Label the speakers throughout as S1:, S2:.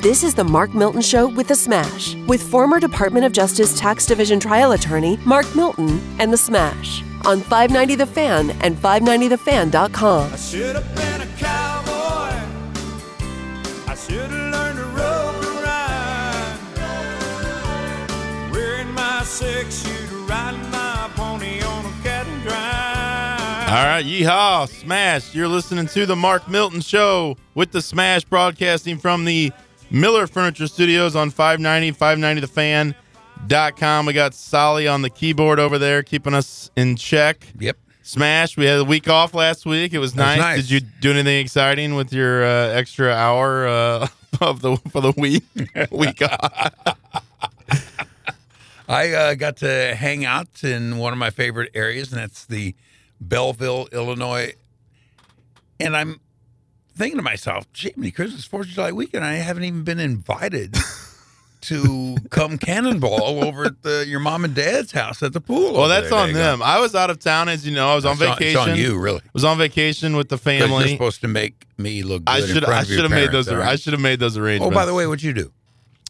S1: This is the Mark Milton Show with The Smash, with former Department of Justice Tax Division trial attorney Mark Milton and The Smash on 590 The Fan and 590TheFan.com.
S2: I should have been a cowboy. I should have learned to rope and ride. Wearing my six shooter, riding my pony on a cat and drive.
S3: All right, yeehaw, smash. You're listening to the Mark Milton Show with the Smash broadcasting from the Miller Furniture Studios on 590, 590thefan.com. We got Solly on the keyboard over there keeping us in check.
S4: Yep.
S3: Smash, we had a week off last week. It was
S4: That was
S3: nice.
S4: nice.
S3: Did you do anything exciting with your uh, extra hour uh, of the for the week? week off.
S4: I uh, got to hang out in one of my favorite areas, and that's the Belleville, Illinois. And I'm thinking to myself, Jamie, Christmas, Fourth of July weekend, I haven't even been invited to come cannonball over at the, your mom and dad's house at the pool.
S3: Well,
S4: over
S3: that's
S4: there.
S3: on
S4: Dago.
S3: them. I was out of town, as you know. I was on
S4: It's on-
S3: vacation.
S4: It's on you, really.
S3: Was on vacation with the
S4: 'Cause You're
S3: family.
S4: supposed to make me look good
S3: I
S4: in
S3: should
S4: front
S3: I
S4: of your
S3: should have made
S4: parents,
S3: those
S4: all right?
S3: I should have made those
S4: Oh,
S3: arrangements.
S4: by the way, what'd you do?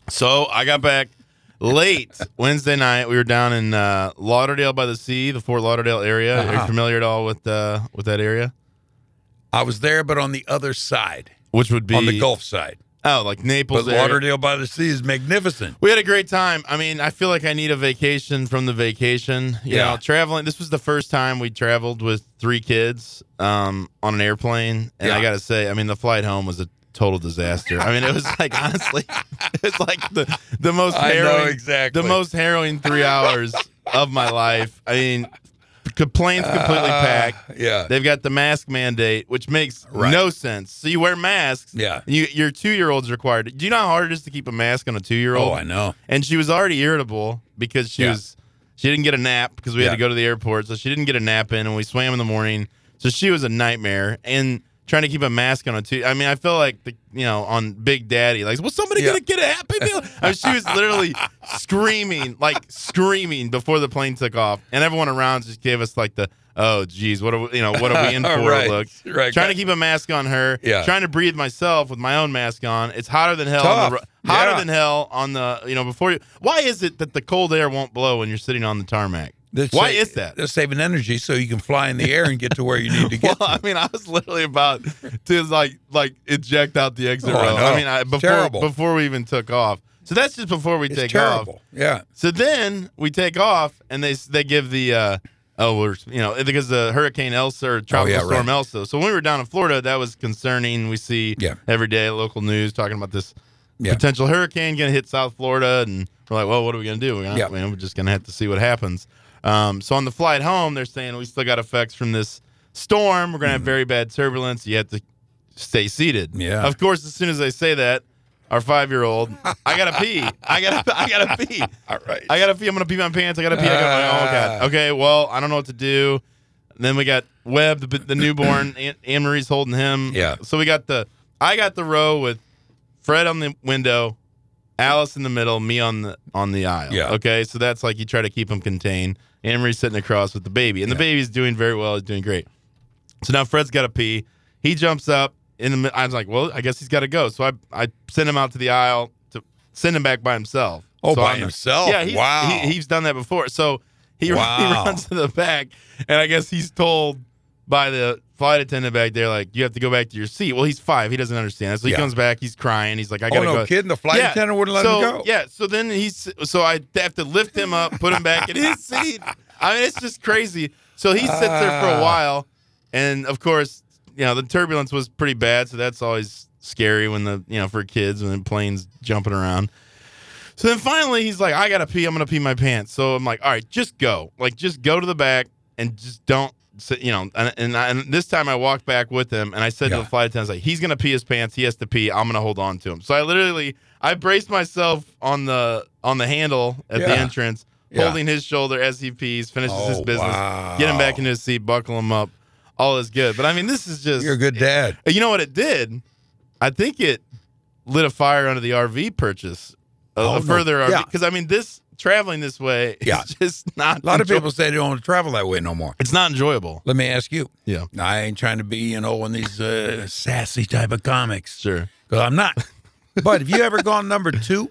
S3: so I got back late Wednesday night. We were down in uh, Lauderdale by the sea, the Fort Lauderdale area. Are
S4: Uh-huh.
S3: you familiar at all with uh, with that area?
S4: I was there, but on the other side,
S3: Which would be
S4: on the Gulf side.
S3: Oh, like Naples.
S4: But
S3: area.
S4: Lauderdale by the Sea is magnificent.
S3: We had a great time. I mean, I feel like I need a vacation from the vacation. You
S4: Yeah.
S3: know, traveling. This was the first time we traveled with three kids um, on an airplane, and I
S4: Yeah.
S3: gotta say, I mean, the flight home was a total disaster. I mean, it was like honestly, it's like the the most
S4: I know
S3: harrowing,
S4: exactly.
S3: the most harrowing three hours of my life. I mean, the plane's completely
S4: Uh,
S3: packed.
S4: Yeah.
S3: They've got the mask mandate, which makes
S4: Right.
S3: no sense. So you wear masks.
S4: Yeah.
S3: You, your two year old's required. Do you know how hard it is to keep a mask on a two year old?
S4: Oh, I know.
S3: And she was already irritable because she
S4: Yeah.
S3: was she didn't get a nap because we had
S4: Yeah.
S3: to go to the airport, so she didn't get a nap in, and we swam in the morning. So she was a nightmare, and trying to keep a mask on a two. I mean, I feel like the you know on Big Daddy, like, was somebody
S4: Yeah.
S3: gonna get a happy meal? I mean, she was literally screaming, like screaming before the plane took off, and everyone around just gave us like the. Oh geez, what are we, you know? What are we in for?
S4: Right,
S3: Look,
S4: right.
S3: trying to keep a mask on her.
S4: Yeah.
S3: trying to breathe myself with my own mask on. It's hotter than hell. On the,
S4: Tough.
S3: ro- hotter
S4: Yeah.
S3: than hell on the you know before you why is it that the cold air won't blow when you're sitting on the tarmac
S4: They're
S3: why
S4: sa-
S3: is that
S4: They're saving energy so you can fly in the air and get to where you need to
S3: well
S4: get.
S3: i mean i was literally about to like like eject out the exit
S4: Oh, I
S3: row
S4: know.
S3: i mean I,
S4: It's
S3: before
S4: terrible.
S3: before we even took off so that's just before we
S4: it's
S3: take
S4: terrible.
S3: off
S4: Yeah.
S3: so then we take off and they they give the uh Oh, we're you know because the hurricane Elsa or tropical
S4: yeah,
S3: storm
S4: right.
S3: Elsa. So when we were down in Florida, that was concerning. We see
S4: Yeah.
S3: every day local news talking about this
S4: Yeah.
S3: potential hurricane going to hit South Florida, and we're like, well, what are we going to do? We're, gonna,
S4: Yeah.
S3: I mean, we're just going to have to see what happens. Um, so on the flight home, they're saying we still got effects from this storm. We're going to have very bad turbulence. You have to stay seated.
S4: Mm-hmm. Yeah.
S3: Of course, as soon as they say that, our five-year-old, I gotta pee. I gotta, I gotta pee.
S4: All right.
S3: I gotta pee. I'm gonna pee my pants. I gotta pee. I gotta, oh god.
S4: Ah.
S3: Okay. Well, I don't know what to do. Then we got Webb, the, the newborn. Anne Anne Marie's holding him.
S4: Yeah.
S3: So we got the. I got the row with Fred on the window, Alice in the middle, me on the on the aisle.
S4: Yeah.
S3: Okay. So that's like you try to keep them contained. Anne Marie's sitting across with the baby, and the
S4: Yeah.
S3: baby's doing very well. He's doing great. So now Fred's got to pee. He jumps up in the. mi- I was like, well, I guess he's got to go. So I I send him out to the aisle to send him back by himself.
S4: oh,
S3: So
S4: by
S3: I'm-
S4: himself.
S3: yeah, he's,
S4: wow.
S3: he, he's done that before. So he, he
S4: Wow.
S3: runs to the back, and I guess he's told by the flight attendant back there, like, you have to go back to your seat. Well, he's five. He doesn't understand. that. So he
S4: Yeah.
S3: comes back. He's crying. He's like, I
S4: oh
S3: gotta
S4: no,
S3: go.
S4: kidding. The flight
S3: Yeah.
S4: attendant wouldn't let
S3: so,
S4: him go.
S3: Yeah. So then he's so I have to lift him up, put him back in his seat. I mean, it's just crazy. So he sits there for a
S4: Ah.
S3: while, and of course, you know the turbulence was pretty bad. So that's always scary when the you know for kids when the planes jumping around. So then finally he's like, I gotta pee. I'm gonna pee my pants. So I'm like, all right, just go. Like just go to the back and just don't. Sit, you know, and and, I, and this time I walked back with him, and I said to
S4: Yeah.
S3: the flight attendant, I was "Like he's gonna pee his pants. He has to pee. I'm gonna hold on to him." So I literally I braced myself on the on the handle at the
S4: Yeah.
S3: entrance,
S4: Yeah.
S3: holding his shoulder as he pees, finishes his
S4: Oh,
S3: business,
S4: wow.
S3: get him back into his seat, buckle him up. All is good. But I mean, this is just
S4: You're a good dad.
S3: you know what it did? I think it lit a fire under the RV purchase. A,
S4: Oh,
S3: a
S4: no.
S3: further
S4: Yeah.
S3: RV because I mean this traveling this way
S4: Yeah.
S3: is just not
S4: A lot of
S3: enjoy-
S4: people say they don't want to travel that way no more.
S3: It's not enjoyable.
S4: Let me ask you.
S3: Yeah,
S4: I ain't trying to be, you know, one of these uh, sassy type of comics.
S3: sure.
S4: Because I'm not. But have you ever gone number two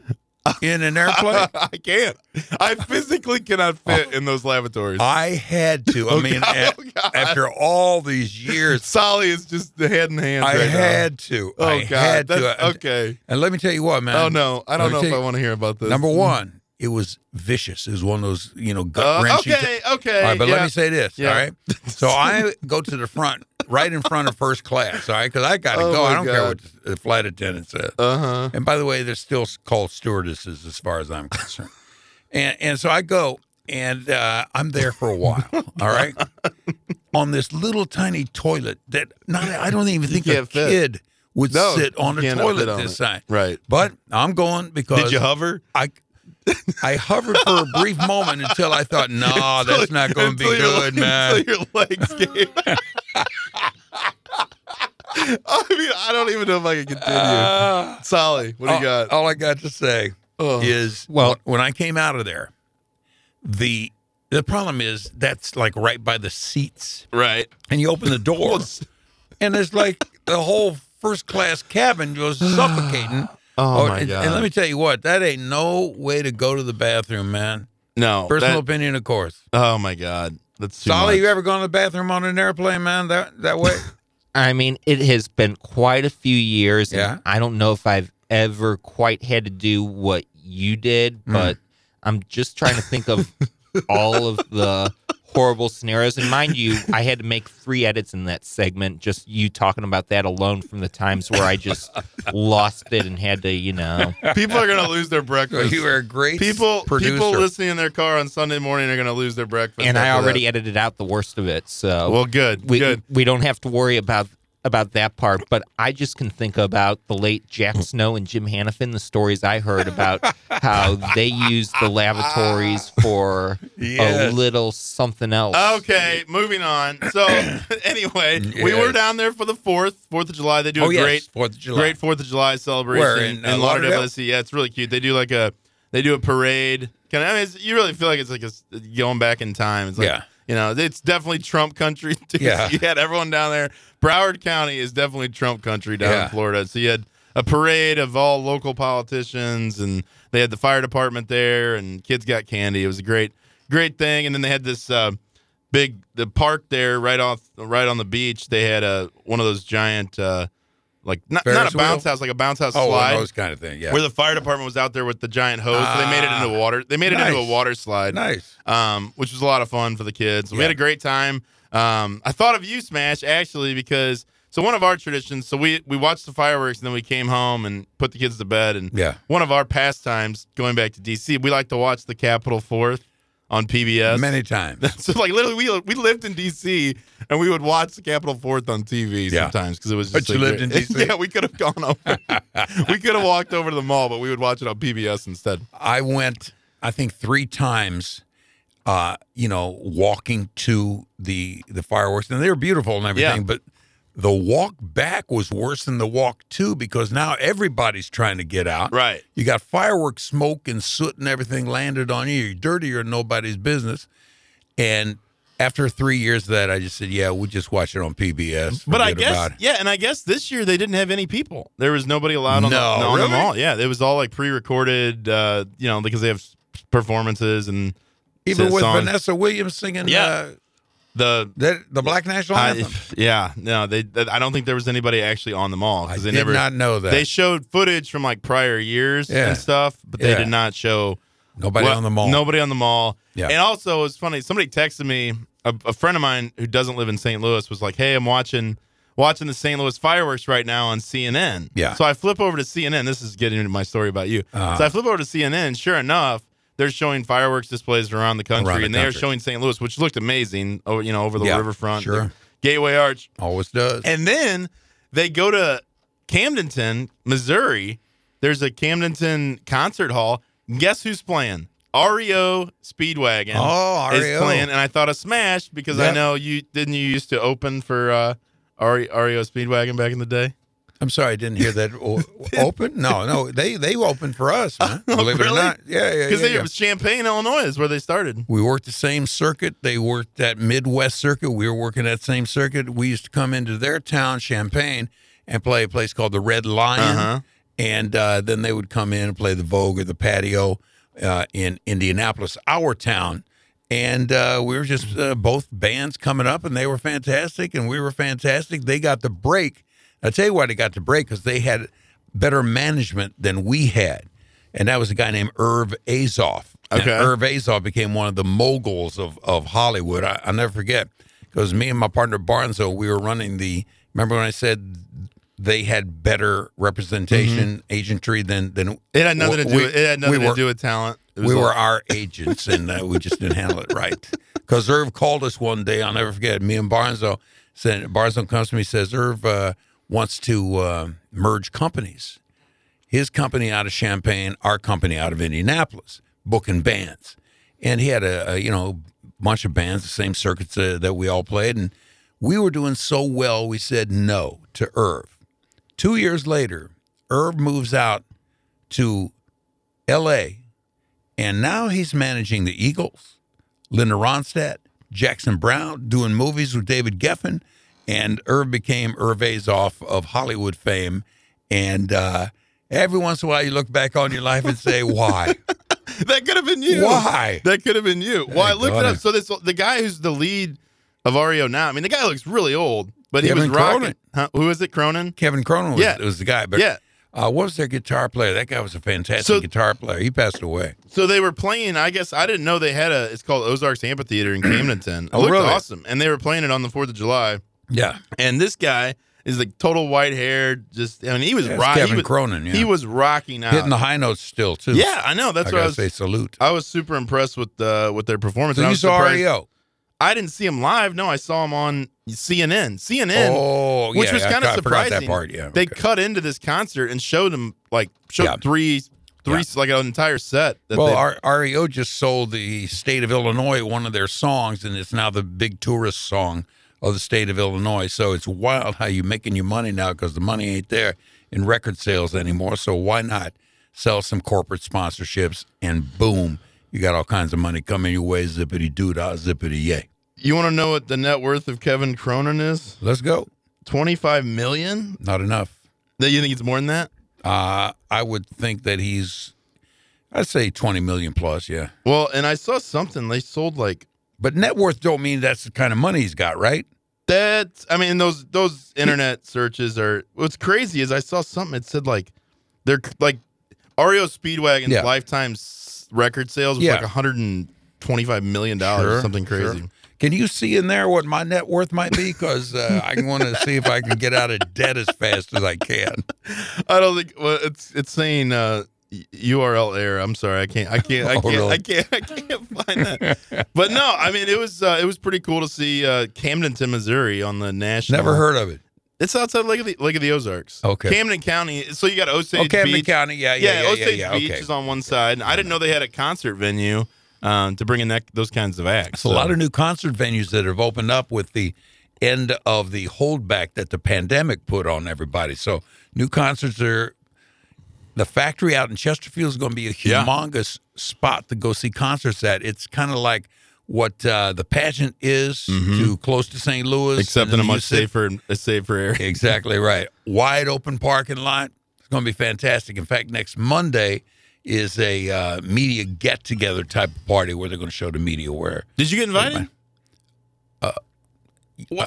S4: in an airplane?
S3: I can't. I physically cannot fit in those lavatories.
S4: I had to. I mean,
S3: God,
S4: a-
S3: oh, God.
S4: after all these years,
S3: Solly is just the head and hands.
S4: I
S3: right now.
S4: had to.
S3: uh, Oh
S4: I
S3: God.
S4: had
S3: that's-
S4: to.
S3: okay.
S4: And let me tell you what, man.
S3: Oh no, I don't
S4: Let me
S3: know if
S4: tell
S3: I
S4: you-
S3: want to hear about this.
S4: Number one, it was vicious. It was one of those, you know, gut
S3: Uh,
S4: wrenching.
S3: okay. Okay.
S4: All right, but
S3: yeah.
S4: let me say this.
S3: Yeah.
S4: All right. So I go to the front, right in front of first class. All right, because I got to
S3: Oh,
S4: go.
S3: my
S4: I don't care
S3: God.
S4: what the flight attendant says.
S3: Uh huh.
S4: And by the way, they're still called stewardesses as far as I'm concerned. and and so I go and uh, I'm there for a while. all right. on this little tiny toilet that not I don't even think a
S3: can't fit.
S4: kid would
S3: No,
S4: sit on
S3: you
S4: a
S3: cannot fit
S4: toilet
S3: on
S4: this
S3: it.
S4: size.
S3: Right.
S4: But I'm going because
S3: Did you hover?
S4: I I hovered for a brief moment until I thought, no, that's not going to be
S3: Until your legs-
S4: good, man.
S3: Until your legs gave. I mean, I don't even know if I can continue.
S4: Ah.
S3: Solly, what do you
S4: all,
S3: got?
S4: all I got to say
S3: Oh.
S4: is, well, when I came out of there, the the problem is that's like right by the seats,
S3: right.
S4: and you open the door, and it's like the whole first class cabin was suffocating.
S3: Oh, my
S4: and,
S3: God.
S4: and let me tell you what, that ain't no way to go to the bathroom, man.
S3: No.
S4: Personal
S3: Oh, that-
S4: opinion, of course.
S3: oh my God. That's too
S4: Solly,
S3: much.
S4: you ever gone to the bathroom on an airplane, man? That that way.
S5: I mean, it has been quite a few years. and
S4: Yeah.
S5: I don't know if I've ever quite had to do what you did, but I'm just trying to think of all of the horrible scenarios. And mind you, I had to make three edits in that segment, just you talking about that alone from the times where I just lost it and had to, you know.
S3: People are gonna lose their
S4: So
S3: breakfast.
S4: you were a great
S3: people,
S4: producer.
S3: people listening in their car on Sunday morning are gonna lose their breakfast.
S5: and I
S3: after
S5: already
S3: that.
S5: edited out the worst of it. So
S3: Well, good,
S5: we,
S3: good.
S5: We don't have to worry about about that part. But I just can think about the late Jack Snow and Jim Hannafin, the stories I heard about how they used the lavatories for
S4: Yes.
S5: a little something else.
S3: Okay, moving on. So anyway, we
S4: Yes.
S3: were down there for the Fourth, Fourth of July. They do
S4: Oh
S3: a
S4: yes,
S3: great,
S4: Fourth of July.
S3: great Fourth of July celebration
S4: Where, in, uh, Lauderdale?
S3: Tennessee. Yeah, it's really cute. They do like a, they do a parade. Kind of, I mean, it's, you really feel like it's like a s going back in time. It's like,
S4: Yeah.
S3: you know, it's definitely Trump country. Too.
S4: Yeah.
S3: you had everyone down there. Broward County is definitely Trump country down
S4: Yeah.
S3: in Florida. So you had a parade of all local politicians, and they had the fire department there, and kids got candy. It was a great, great thing. And then they had this uh, big the park there, right off, right on the beach. They had a one of those giant, uh, like not, not
S4: Ferris
S3: a
S4: wheel?
S3: bounce house, like a bounce house
S4: Oh,
S3: slide.
S4: one of those kind of thing. Yeah.
S3: Where the fire department was out there with the giant hose, so they made it into
S4: Ah,
S3: water. They made it into a
S4: nice.
S3: water slide
S4: nice.
S3: um, which was a lot of fun for the kids. We
S4: Yeah.
S3: had a great time. Um, I thought of you, Smash, actually, because so one of our traditions. So we we watched the fireworks and then we came home and put the kids to bed. And
S4: Yeah.
S3: one of our pastimes going back to DC, we like to watch the Capitol Fourth on PBS.
S4: Many times.
S3: so like literally, we we lived in DC and we would watch the Capitol Fourth on TV
S4: Yeah.
S3: sometimes because it was.
S4: But
S3: Just
S4: you
S3: like-
S4: lived in DC?
S3: yeah, we could have gone over. we could have walked over to the mall, but we would watch it on PBS instead.
S4: I went, I think, three times. Uh, you know, walking to the the fireworks, and they were beautiful and everything.
S3: Yeah.
S4: But the walk back was worse than the walk to because now everybody's trying to get out.
S3: Right.
S4: You got fireworks smoke and soot and everything landed on you. You're dirtier than nobody's business. And after three years of that, I just said, "Yeah, we'll just watch it on PBS."
S3: But I
S4: Forget
S3: guess,
S4: about it."
S3: yeah, and I guess this year they didn't have any people. There was nobody allowed on, the,
S4: No,
S3: on
S4: really?
S3: the mall. Yeah, it was all like pre-recorded, uh, you know, because they have s- performances and
S4: even
S3: s-
S4: with
S3: songs.
S4: Vanessa Williams singing,
S3: Yeah.
S4: uh,
S3: the.
S4: that the Black National
S3: I,
S4: Anthem.
S3: yeah, no, they. th- I don't think there was anybody actually on the mall
S4: I
S3: because they
S4: did
S3: never.
S4: not know that.
S3: They showed footage from like prior years
S4: Yeah.
S3: and stuff, but they
S4: Yeah.
S3: did not show
S4: Nobody
S3: Well,
S4: on the mall.
S3: Nobody on the mall.
S4: Yeah.
S3: And also, it was funny. Somebody texted me. A, a friend of mine who doesn't live in St. Louis was like, "Hey, I'm watching watching the St. Louis fireworks right now on CNN."
S4: Yeah.
S3: So I flip over to CNN. This is getting into my story about you.
S4: Uh-huh.
S3: So I flip over to CNN. Sure enough, they're showing fireworks displays around the country,
S4: Around the
S3: and they
S4: country.
S3: are showing St. Louis, which looked amazing. Oh, you know, over the
S4: Yeah,
S3: riverfront,
S4: sure.
S3: the Gateway Arch.
S4: Always does.
S3: And then they go to Camdenton, Missouri. There's a Camdenton concert hall. Guess who's playing? REO Speedwagon
S4: oh,
S3: is
S4: REO.
S3: playing, and I thought of Smash because I
S4: Yep.
S3: know you didn't you used to open for uh, RE, REO E Speedwagon back in the day.
S4: I'm sorry, I didn't hear that. O- open? No, no. They they opened for us, man. Believe it or
S3: Oh, really?
S4: not. Yeah, yeah,
S3: Because
S4: yeah,
S3: they
S4: yeah.
S3: it was Champaign, Illinois, is where they started.
S4: We worked the same circuit. They worked that Midwest circuit. We were working that same circuit. We used to come into their town, Champaign, and play a place called the Red Lion.
S3: Uh-huh.
S4: and uh, then they would come in and play the Vogue or the Patio uh, in Indianapolis, our town. And uh, we were just uh, both bands coming up, and they were fantastic, and we were fantastic. They got the break. I tell you why they got the break because they had better management than we had, and that was a guy named Irv Azoff. And
S3: Okay.
S4: Irv Azoff became one of the moguls of of Hollywood. I, I'll never forget because me and my partner Barnzo, we were running the. Remember when I said they had better representation agentry than than
S3: Mm-hmm. It had nothing to do.
S4: We-
S3: with it had nothing
S4: we were-
S3: to do with talent. It was
S4: we were
S3: like-
S4: our agents, and uh, we just didn't handle it right. Because Irv called us one day. I'll never forget. Me and Barnzo said Barnzo comes to me says Irv uh, wants to uh, merge companies. His company out of Champaign, our company out of Indianapolis, booking bands, and he had a, a you know bunch of bands, the same circuits uh, that we all played, and we were doing so well. We said no to Irv. Two years later, Irv moves out to L.A. And now he's managing the Eagles, Linda Ronstadt, Jackson Brown, doing movies with David Geffen, and Irv became Irv Azoff of Hollywood fame. And uh, every once in a while, you look back on your life and say, "Why?
S3: that could have been you.
S4: Why?"
S3: That could have been you. Well, I
S4: Thank
S3: looked it up.
S4: God.
S3: So this the guy who's the lead of REO now. I mean, the guy looks really old, but he
S4: Kevin
S3: was rocking.
S4: Cronin.
S3: Huh? Who is it? Cronin.
S4: Kevin Cronin was,
S3: Yeah.
S4: was the guy, but
S3: Yeah.
S4: uh, what was their guitar player? That guy was a fantastic
S3: So-
S4: guitar player. He passed away.
S3: So they were playing. I guess I didn't know they had a. It's called Ozarks Amphitheater in Camdenton. It
S4: Oh,
S3: looked
S4: really?
S3: awesome, and they were playing it on the Fourth of July.
S4: Yeah,
S3: And this guy is like total white haired. Just I mean, he was
S4: That's
S3: rocking. he
S4: Kevin
S3: was,
S4: Cronin, yeah.
S3: He was rocking out.
S4: hitting the high notes still too.
S3: yeah, I know. That's
S4: I
S3: what I
S4: gotta
S3: was.
S4: say salute.
S3: I was super impressed with uh, with their performance.
S4: So
S3: and I
S4: you
S3: was
S4: saw E
S3: surprised-
S4: REO.
S3: I didn't see him live. No, I saw him on CNN. CNN,
S4: oh,
S3: which
S4: yeah,
S3: was
S4: yeah, I
S3: kind of
S4: forgot- I forgot
S3: surprising.
S4: that part. Yeah,
S3: They
S4: okay.
S3: cut into this concert and showed him like showed
S4: Yeah.
S3: three three
S4: Yeah.
S3: like an entire set. That
S4: well,
S3: they,
S4: R- REO just sold the state of Illinois one of their songs, and it's now the big tourist song of the state of Illinois. So it's wild how you're making your money now because the money ain't there in record sales anymore. So why not sell some corporate sponsorships and boom, you got all kinds of money coming your way. Zippity doo dah, zippity yay.
S3: you want to know what the net worth of Kevin Cronin is?
S4: Let's go.
S3: Twenty five million.
S4: Not enough.
S3: That you think it's more than that?
S4: Uh, I would think that he's, I'd say 20 million plus. Yeah.
S3: Well, and I saw something they sold like
S4: But net worth don't mean that's the kind of money he's got, right?
S3: that. I mean, those those internet searches are. What's crazy is I saw something that said like they're like REO Speedwagon's
S4: Yeah.
S3: lifetime s- record sales was
S4: Yeah.
S3: like 125 million dollars or
S4: Sure,
S3: something crazy.
S4: sure. Can you see in there what my net worth might be? Because uh, I want to see if I can get out of debt as fast as I can.
S3: I don't think well, it's it's saying uh, y- URL error. I'm sorry, I can't, I can't, I
S4: Oh,
S3: can't,
S4: really?
S3: I can't, I can't find that. but no, I mean it was uh, it was pretty cool to see uh, Camden to Missouri on the national.
S4: Never heard of it.
S3: It's outside Lake of the Lake of the Ozarks.
S4: Okay.
S3: Camden County. So you got Osage
S4: Okay,
S3: Beach.
S4: County. Yeah, yeah, yeah, yeah.
S3: Osage
S4: yeah,
S3: Beach
S4: okay.
S3: is on one side. And I didn't know they had a concert venue um, to bring in that those kinds of acts.
S4: It's a lot of new concert venues that have opened up with the end of the holdback that the pandemic put on everybody. So new concerts are. The factory out in Chesterfield is going to be a
S3: Yeah.
S4: humongous spot to go see concerts at. It's kind of like what uh, the pageant is to close to St. Louis,
S3: Mm-hmm. except
S4: and
S3: in a
S4: then you
S3: much
S4: sit
S3: safer a safer area.
S4: Exactly right. Wide open parking lot. It's going to be fantastic. In fact, next Monday is a uh, media get together type of party where they're going to show the media where.
S3: Did you get invited?
S4: Uh,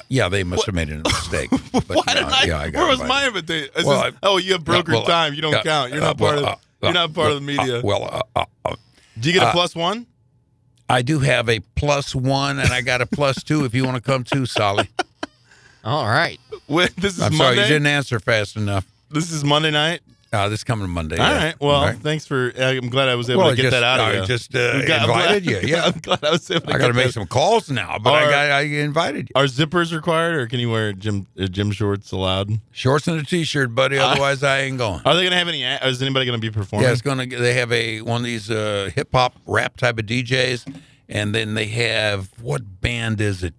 S4: yeah, they must have made a mistake. But
S3: Why
S4: no,
S3: did I?
S4: yeah, I got
S3: where was
S4: invited.
S3: my invitation? It's
S4: Well,
S3: just,
S4: I-
S3: oh, you have brokered
S4: Yeah, well, uh,
S3: time. You don't
S4: yeah,
S3: count. You're
S4: uh,
S3: not part
S4: well,
S3: of.
S4: uh,
S3: you're not part of the
S4: uh,
S3: media.
S4: well, uh, uh, uh,
S3: Do you get a
S4: uh,
S3: plus one?
S4: I do have a plus one, and I got a plus two. If you want to come too, Solly.
S5: All right.
S3: Wait, this is
S4: I'm sorry
S3: Monday.
S4: you didn't answer fast enough.
S3: This is Monday night.
S4: Uh, this coming Monday.
S3: All
S4: yeah.
S3: right. Well,
S4: All right.
S3: thanks for. I'm glad I was able
S4: Well,
S3: to get
S4: just-
S3: that out of
S4: I
S3: you.
S4: just, uh,
S3: I'm glad- I'm
S4: invited
S3: glad-
S4: you, yeah.
S3: I'm glad I was able. To
S4: I got to
S3: get
S4: make
S3: that-
S4: some calls now, but
S3: Our-
S4: I got I invited you.
S3: Are zippers required, or can you wear gym uh, gym shorts allowed?
S4: Shorts and a t-shirt, buddy. Otherwise, I ain't going.
S3: Are they going to have any? a- Is anybody going to be performing?
S4: Yeah, it's gonna. They have a one of these uh, hip hop rap type of DJs, and then they have what band is it?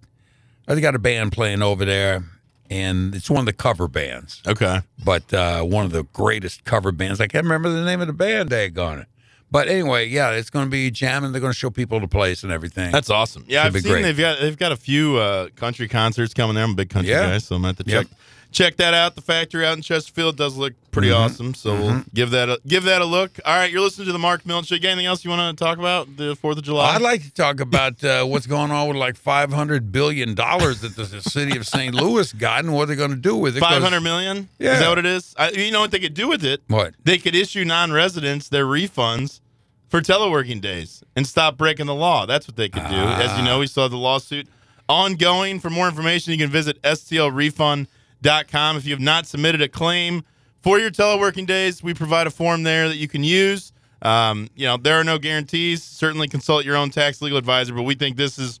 S4: I got a band playing over there, and it's one of the cover bands,
S3: Okay.
S4: but uh, one of the greatest cover bands. I can't remember the name of the band. Daggone it! But anyway, yeah, it's gonna be jamming. They're gonna show people the place and everything.
S3: That's awesome. Yeah,
S4: Should
S3: I've
S4: be
S3: seen
S4: great.
S3: they've got they've got a few uh, country concerts coming there. I'm a big country
S4: Yeah.
S3: guy, so I'm gonna have to
S4: Yep.
S3: check check that out. The factory out in Chesterfield does look pretty
S4: Mm-hmm.
S3: awesome. So we'll give that a, give that a look. All right, you're listening to the Mark Millen Show. Anything else you want to talk about the Fourth of July?
S4: I'd like to talk about uh, what's going on with like five hundred billion dollars that the city of St. Louis got, and what they're going to do with it. 'cause-
S3: Five hundred million.
S4: Yeah.
S3: Is that what it is? I, you know what they could do with it?
S4: What?
S3: They could issue non-residents their refunds for teleworking days and stop breaking the law. That's what they could do. As you know, we saw the lawsuit ongoing. For more information, you can visit stlrefund.com. If you have not submitted a claim for your teleworking days, we provide a form there that you can use. Um, you know, there are no guarantees. Certainly consult your own tax legal advisor, but we think this is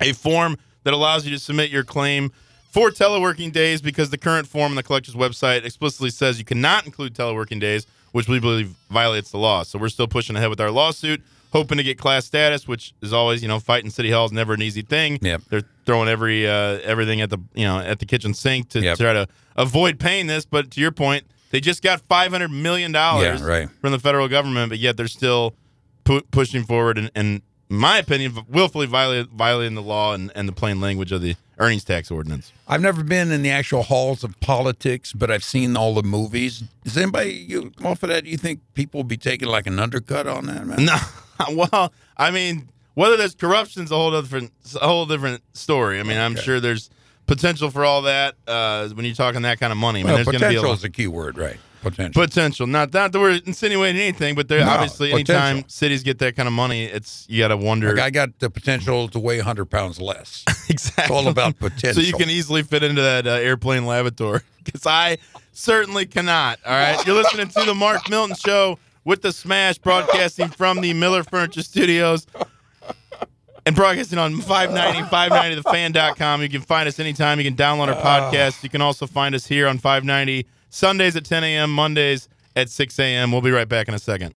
S3: a form that allows you to submit your claim for teleworking days because the current form on the collector's website explicitly says you cannot include teleworking days, which we believe violates the law. So we're still pushing ahead with our lawsuit, hoping to get class status, which is always, you know, fighting city hall is never an easy thing.
S4: Yep.
S3: They're throwing every uh, everything at the you know at the kitchen sink to
S4: Yep.
S3: try to avoid paying this. But to your point, they just got five hundred million dollars
S4: Yeah, right.
S3: from the federal government, but yet they're still pu- pushing forward and, and in my opinion, willfully violate, violating the law and, and the plain language of the earnings tax ordinance.
S4: I've never been in the actual halls of politics, but I've seen all the movies. Is anybody you off of that? You think people will be taking like an undercut on that? Man?
S3: No, well, I mean, whether there's corruption's a whole different a whole different story. I mean, I'm sure there's potential for all that uh, when you're talking that kind of money. I mean,
S4: Well,
S3: there's gonna be a
S4: potential
S3: lot-
S4: is a key word, right? Potential.
S3: Potential, not not that we're insinuating anything, but there
S4: No,
S3: obviously
S4: potential.
S3: anytime cities get that kind of money, it's you got to wonder
S4: Like I got the potential to weigh 100 pounds less.
S3: exactly.
S4: It's all about potential.
S3: So you can easily fit into that uh, airplane lavatory because I certainly cannot. All right. You're listening to the Mark Milton Show with the Smash broadcasting from the Miller Furniture Studios and broadcasting on 590, 590thefan.com. You can find us anytime. You can download our podcast. You can also find us here on 590 Sundays at 10 a.m., Mondays at 6 a.m. We'll be right back in a second.